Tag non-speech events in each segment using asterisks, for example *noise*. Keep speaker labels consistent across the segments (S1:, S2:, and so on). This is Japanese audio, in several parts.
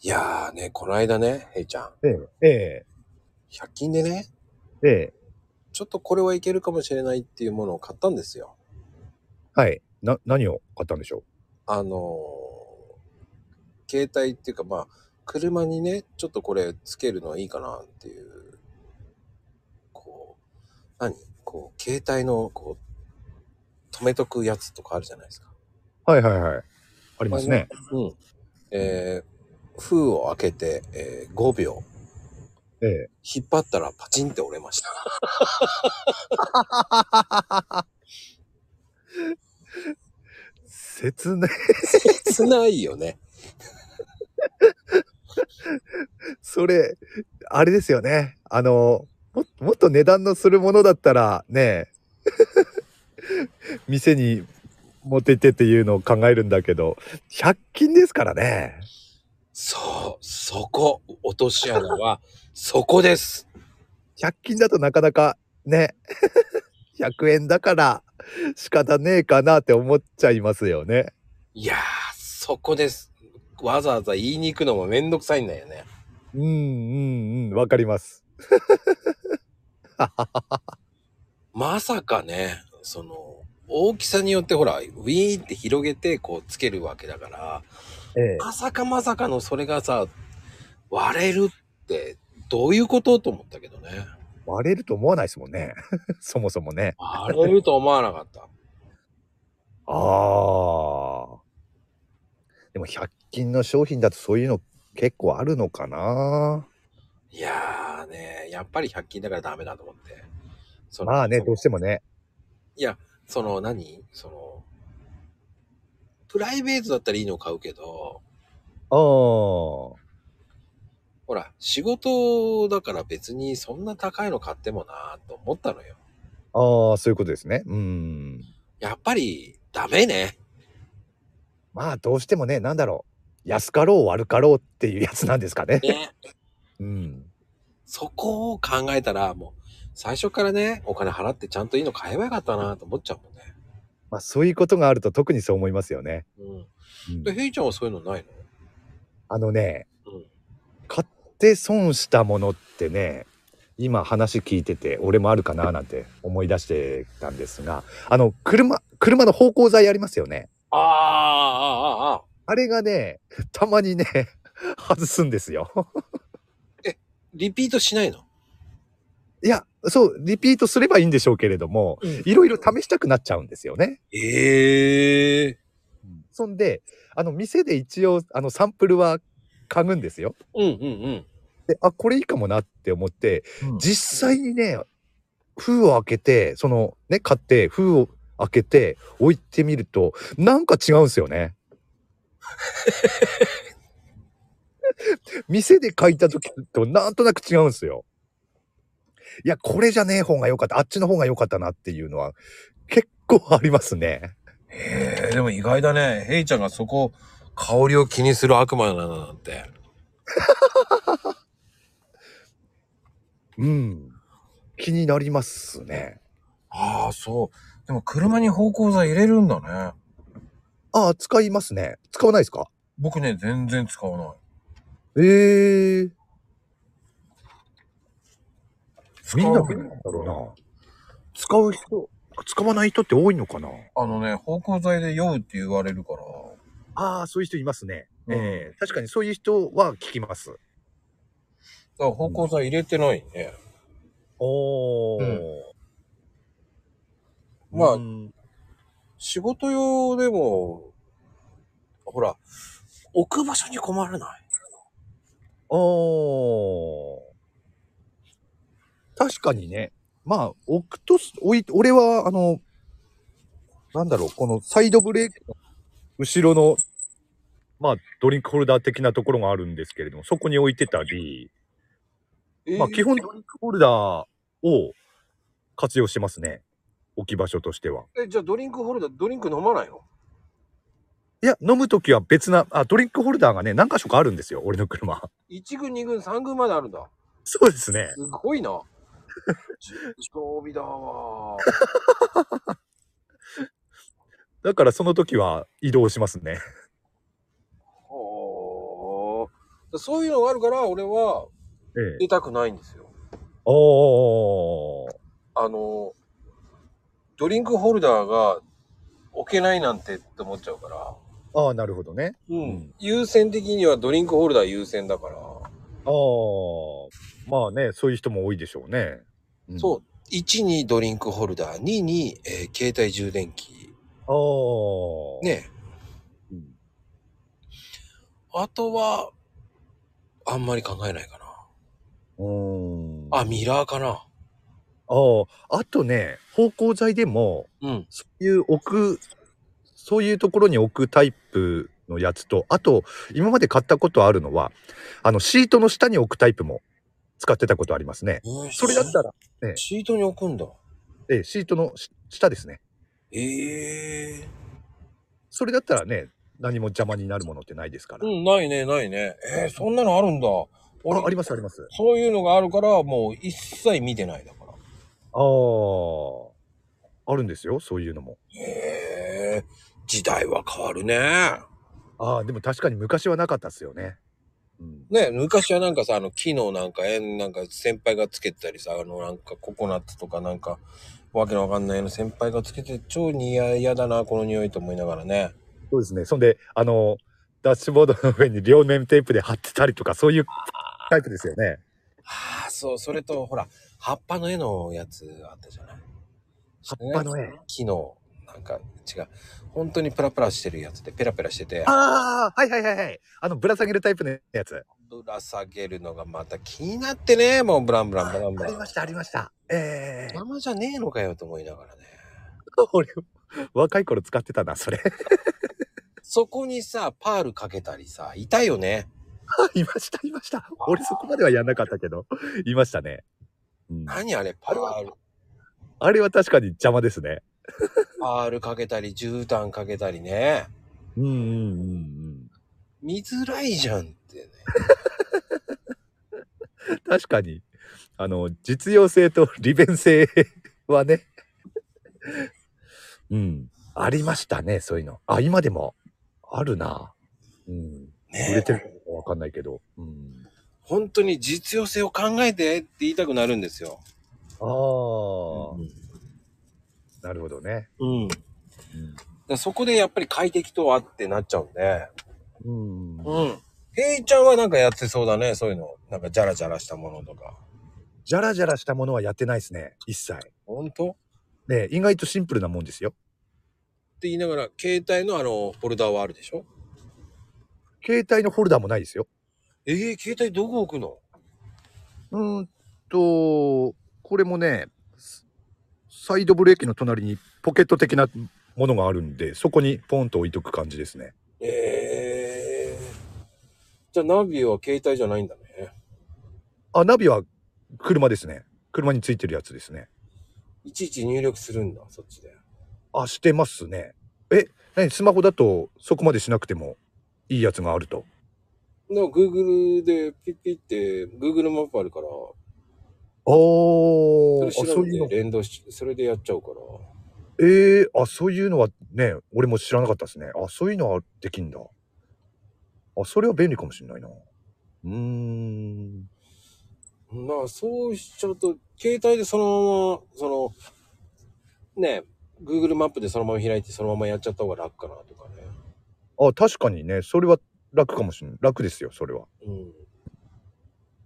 S1: いやーね、この間ね、ヘイちゃん、
S2: ええ、え
S1: 100均でね、
S2: え、ええ、
S1: ちょっとこれはいけるかもしれないっていうものを買ったんですよ。
S2: はい。な、何を買ったんでしょ
S1: あのー携帯っていうかまあ、車にね、ちょっとこれつけるのはいいかなっていう、こう、何こう、携帯の、こう、止めとくやつとかあるじゃないですか。
S2: うはいはいはい。ありますね。
S1: うん。えー、封を開けて、えー5秒。
S2: ええ。
S1: 引っ張ったらパチンって折れました。 *laughs*
S2: 切ね。
S1: 切ないよね。
S2: *laughs* それ、あれですよね。あの、ももっと値段のするものだったら、ねえ、 *laughs* 店に持って行ってっていうのを考えるんだけど、100均ですからね。
S1: そう、そこ、落とし穴は、そこです。
S2: 100均だとなかなかね、100円だから仕方ねえかなって思っちゃいますよね。
S1: いやー、そこです。わざわざ言いに行くのもめんどくさいんだよね。
S2: うんうんうん、わかります。
S1: まさかね、その、大きさによってほら、ウィーンって広げて、こう、つけるわけだから、
S2: ええ。
S1: まさかまさかのそれがさ、割れるって、どういうことと思ったけどね。
S2: 割れると思わないですもんね。 *laughs* そもそもね。
S1: 割れると思わなかった。
S2: ああ。でも100均の商品だとそういうの結構あるのかな。
S1: いやーね、やっぱり100均だからダメだと思って。その
S2: まあね、どうしてもね。
S1: その何その、プライベートだったらいいのを買うけど、
S2: ああ。
S1: ほら、仕事だから別にそんな高いの買ってもなーと思ったのよ。
S2: ああ、そういうことですね。うん。
S1: やっぱりダメね。
S2: まあどうしてもね、なんだろう。安かろう悪かろうっていうやつなんですかね。
S1: ね。
S2: うん。
S1: *laughs* そこを考えたらもう、最初からね、お金払ってちゃんといいの買えばよかったなーと思っちゃうもんね。
S2: まあそういうことがあると特にそう思いますよね。
S1: うん。
S2: うん
S1: で、ヘイちゃんはそういうのない
S2: あのね、
S1: のうん。
S2: 買って損したものってね今話聞いてて俺もあるかななんて思い出してたんですがあの車車の芳香剤ありますよね
S1: あーあー、あーあー、
S2: あれがねたまにね外すんですよ
S1: リピートしないの
S2: いやそうリピートすればいいんでしょうけれどもいろいろ試したくなっちゃうんですよね
S1: ええー。
S2: そんであの店で一応あのサンプルは嗅ぐんですよ
S1: うんうん
S2: であこれいいかもなって思って
S1: うん。
S2: 実際にね封を開けてそのね買って封を開けて置いてみるとなんか違うんですよね。 *laughs* 店で書いた時となんとなく違うんですよ。いやこれじゃねえ方が良かったあっちの方が良かったなっていうのは結構ありますね。
S1: えー、でも意外だね。ヘイちゃんがそこ、香りを気にする悪魔なんだなんて。
S2: うん気になりますね。
S1: ああ、そう。でも車に芳香剤入れるんだね。
S2: ああ使いますね。使わないですか
S1: 僕ね、全然使わない。
S2: ええー、みんなどうなんだ
S1: う
S2: ろうな。使う人、使わない人って多いのかな
S1: あのね、芳香剤で酔うって言われるから。
S2: ああ、そういう人いますね。
S1: うん
S2: ええ確かにそういう人は聞きます。
S1: だから芳香剤入れてないね。
S2: おお、
S1: まあ
S2: うん
S1: 仕事用でも、ほら、置く場所に困らない。
S2: おー確かにね。まあ、置くとす、おい、俺は、あの、なんだろう、このサイドブレーキの後ろの、まあ、ドリンクホルダー的なところがあるんですけれども、そこに置いてたり、まあ、基本、ドリンクホルダーを活用してますね。置き場所としては。
S1: え、じゃあドリンクホルダー、ドリンク飲まないの
S2: いや、飲むときは別な、あ、ドリンクホルダーがね、何箇所かあるんですよ、俺の車。 *laughs*
S1: ?1 軍、2軍、3軍まであるんだ。
S2: そうですね。
S1: すごい
S2: *laughs*
S1: な。じ常備だわ。
S2: だからその時は移動しますね。
S1: はあ。らそういうのがあるから、俺は
S2: ええ。
S1: 出たくないんですよ。
S2: ああ。
S1: あの、ドリンクホルダーが置けないなんてって思っちゃうから。
S2: ああ、なるほどね。
S1: うん優先的にはドリンクホルダー優先だから。
S2: ああ。まあね、そういう人も多いでしょうね。ん
S1: そう。1にドリンクホルダー、2に、えー携帯充電器。
S2: ああ。。
S1: ね。
S2: うん
S1: あとは、あんまり考えないか
S2: うーん。
S1: な。あ、ミラーかな。
S2: ああ。あとね、芳香剤でも、
S1: うん。
S2: そういう置く、そういうところに置くタイプのやつと、あと、今まで買ったことあるのは、あの、シートの下に置くタイプも使ってたことありますね。それだったら、
S1: らシートに置くんだ。
S2: ええシートのし下ですね。
S1: ええ
S2: それだったらね、何も邪魔になるものってないですから。
S1: うん、ないね、ないね。えー、そんなのあるんだ。
S2: あありますあります。
S1: そういうのがあるから、もう一切見てないだから。
S2: ああ、あるんですよ、そういうのも。
S1: へえ、時代は変わるね。
S2: ああ、でも確かに昔はなかったっすよね。うん、
S1: ね、昔はなんかさ、あの、木のなんか、えんなんか先輩がつけてたりさ、あの、なんかココナッツとかなんか、わけのわかんないの先輩がつけて、超嫌嫌だな、この匂いと思いながらね。
S2: そうですね。そんで、あの、ダッシュボードの上に両面テープで貼ってたりとか、そういうタイプですよね。
S1: ああ、そう、それと、ほら、葉っぱの絵のやつあったじゃない。
S2: 葉っぱの絵
S1: 木の、なんか、違う。本当にプラプラしてるやつで、ペラペラしてて、
S2: ああ、はいはいはいはい。あの、ぶら下げるタイプのやつ。
S1: ぶら下げるのがまた気になってね、もうブランブランブランブ
S2: あ
S1: ラ
S2: り
S1: ン
S2: ま。した、ありました。ええ
S1: 邪魔じゃねえのかよと思いながらね。
S2: 俺、若い頃使ってたな、それ。
S1: そこにさ、パールかけたりさ、いたよね。
S2: いました、いました。俺そこまではやんなかったけど、いましたね。うん
S1: 何あれ、パール。
S2: あれは確かに邪魔ですね。
S1: パールかけたり、絨毯かけたりね。
S2: うんうんうん
S1: 見づらいじゃんってね。
S2: うん。確かに、あの、実用性と *laughs* 利便性はね。 *laughs* うん。ありましたね、そういうの。あ、今でもあるな。うん。売れ
S1: ね
S2: てるのかわかんないけど。うん
S1: 本当に実用性を考えてって言いたくなるんですよ。
S2: ああ、なるほどね。
S1: うん。だからそこでやっぱり快適とはってなっちゃうんで。
S2: うん。
S1: うん。ヘイちゃんはなんかやってそうだね、そういうの。なんかジャラジャラしたものとか。
S2: じゃらじゃらしたものはやってないですね。一切。
S1: ほんと
S2: ね意外とシンプルなもんですよ。
S1: って言いながら、携帯のあの、フォルダーはあるでしょ
S2: 携帯のホルダーもないですよ。
S1: ええ携帯どこ置くの
S2: うーんと、これもね、スサイドブレーキの隣にポケット的なものがあるんで、そこにポンと置いとく感じですね。
S1: ええじゃあナビは携帯じゃないんだね。
S2: あ、ナビは車ですね。車についてるやつですね。
S1: いちいち入力するんだ、そっちで。
S2: あ、してますね。え、何スマホだとそこまでしなくてもいいやつがあると。
S1: な、Google でピッピって、Google マップあるから、
S2: あー
S1: それ
S2: あ、
S1: 調
S2: そう
S1: べ
S2: いう
S1: て
S2: の。
S1: 連動し、それでやっちゃうから。
S2: ええあ、そういうのはね、俺も知らなかったですね。あ、そういうのはできんだ。あ、それは便利かもしれないな。うーん。
S1: まあ、そうしちゃうと、携帯でそのまま、その、ね、Google マップでそのまま開いて、そのままやっちゃった方が楽かなとかね。
S2: あ、確かにね、それは楽かもしれない。楽ですよ、それは。
S1: うん。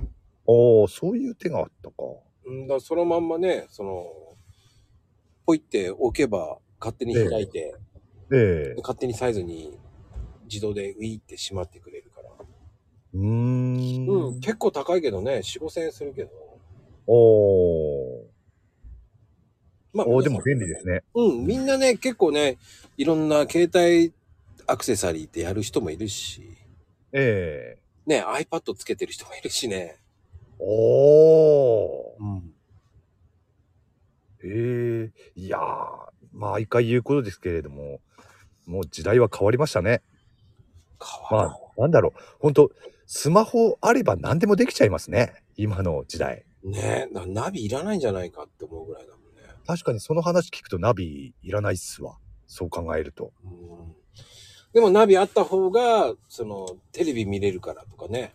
S2: ああ、そういう手があったか。
S1: うんだからそのまんまね、その、ポイって置けば勝手に開いて、
S2: ええ
S1: 勝手にサイズに自動でウィーってしまってくれるから。
S2: うーん。
S1: うん、
S2: ん。
S1: 結構高いけどね、4、5千円するけど。
S2: お
S1: ま
S2: おでも便利ですね。
S1: うん、みんなね、結構ね、いろんな携帯アクセサリーってやる人もいるし、
S2: ええ
S1: ね、iPad つけてる人もいるしね。
S2: おお。
S1: うん。
S2: ええいやー、まあ、毎回言うことですけれども、もう時代は変わりましたね。
S1: 変わる。
S2: まあ、なんだろう。本当スマホあれば何でもできちゃいますね。今の時代。
S1: ねなナビいらないんじゃないかって思うぐらいだもんね。
S2: 確かにその話聞くとナビいらないっすわ。そう考えると。
S1: うんでもナビあった方が、その、テレビ見れるからとかね。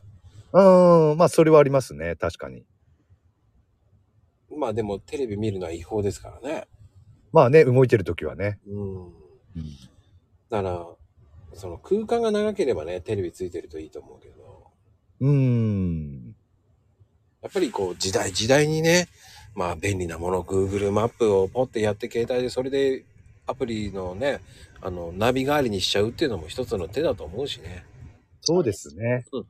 S2: うん、まあ、それはありますね。確かに。
S1: まあでもテレビ見るのは違法ですからね。
S2: まあね、動いてる時はね。
S1: うん。
S2: うん
S1: だから、その空間が長ければね、テレビついてるといいと思うけど、
S2: うーん。
S1: やっぱりこう時代時代にね、まあ便利なもの、Google マップをポッてやって携帯でそれでアプリのね、あの、ナビ代わりにしちゃうっていうのも一つの手だと思うしね。
S2: そうですね。
S1: うん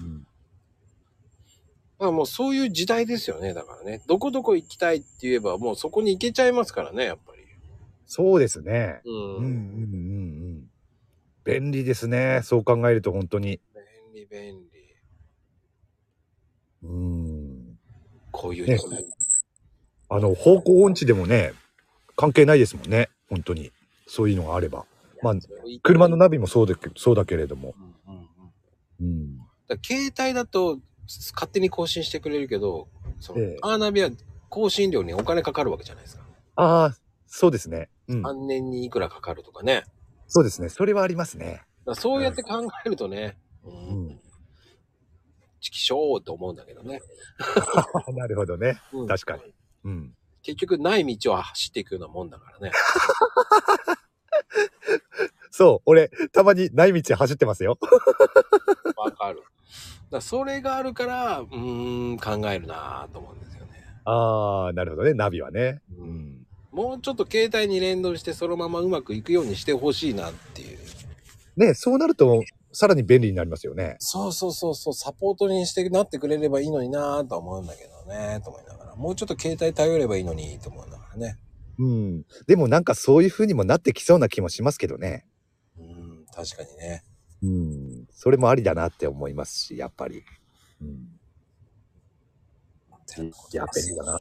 S2: うん。
S1: まあもうそういう時代ですよね、だからね。どこどこ行きたいって言えばもうそこに行けちゃいますからね、やっぱり。
S2: そうですね。うん
S1: う
S2: うんうん
S1: ん。
S2: うん。便利ですね。そう考えると本当に。
S1: 便利便利。
S2: うーん。
S1: こういう
S2: ね
S1: 時代。
S2: あの、方向音痴でもね、関係ないですもんね。本当に。そういうのがあれば。まあ車のナビもそうだけそうだけれども。
S1: うんうんうん
S2: うん。
S1: だから携帯だと勝手に更新してくれるけど、その
S2: ええ
S1: アーナビは更新料にお金かかるわけじゃないですか。
S2: ああ、そうですね。うん。
S1: 何年にいくらかかるとかね。だか
S2: そうですね。それはありますね。 *laughs*
S1: らそうやって考えるとね、う
S2: うん
S1: ん。ちきしょうって思うんだけどね。
S2: なるほどね。
S1: うん
S2: 確かに。うん。
S1: 結局ない道を走っていくようなもんだからね。
S2: そう。俺、たまにない道走ってますよ。
S1: わかる。だからそれがあるから、うーん、考えるなぁと思うんですよね。
S2: ああ、なるほどね。ナビはね。
S1: う
S2: うんん。
S1: もうちょっと携帯に連動してそのままうまくいくようにしてほしいなっていう。
S2: ね、そうなると、さらに便利になりますよね。
S1: そうそうそうそう、サポートにしてなってくれればいいのになぁとは思うんだけどね、と思いながら。もうちょっと携帯頼ればいいのに、と思いながらね。
S2: うん。でもなんかそういう風にもなってきそうな気もしますけどね。
S1: うん、確かにね。
S2: うん。それもありだなって思いますし、やっぱり。うん。
S1: てなこと
S2: いや、
S1: で
S2: 便
S1: す
S2: 利だな。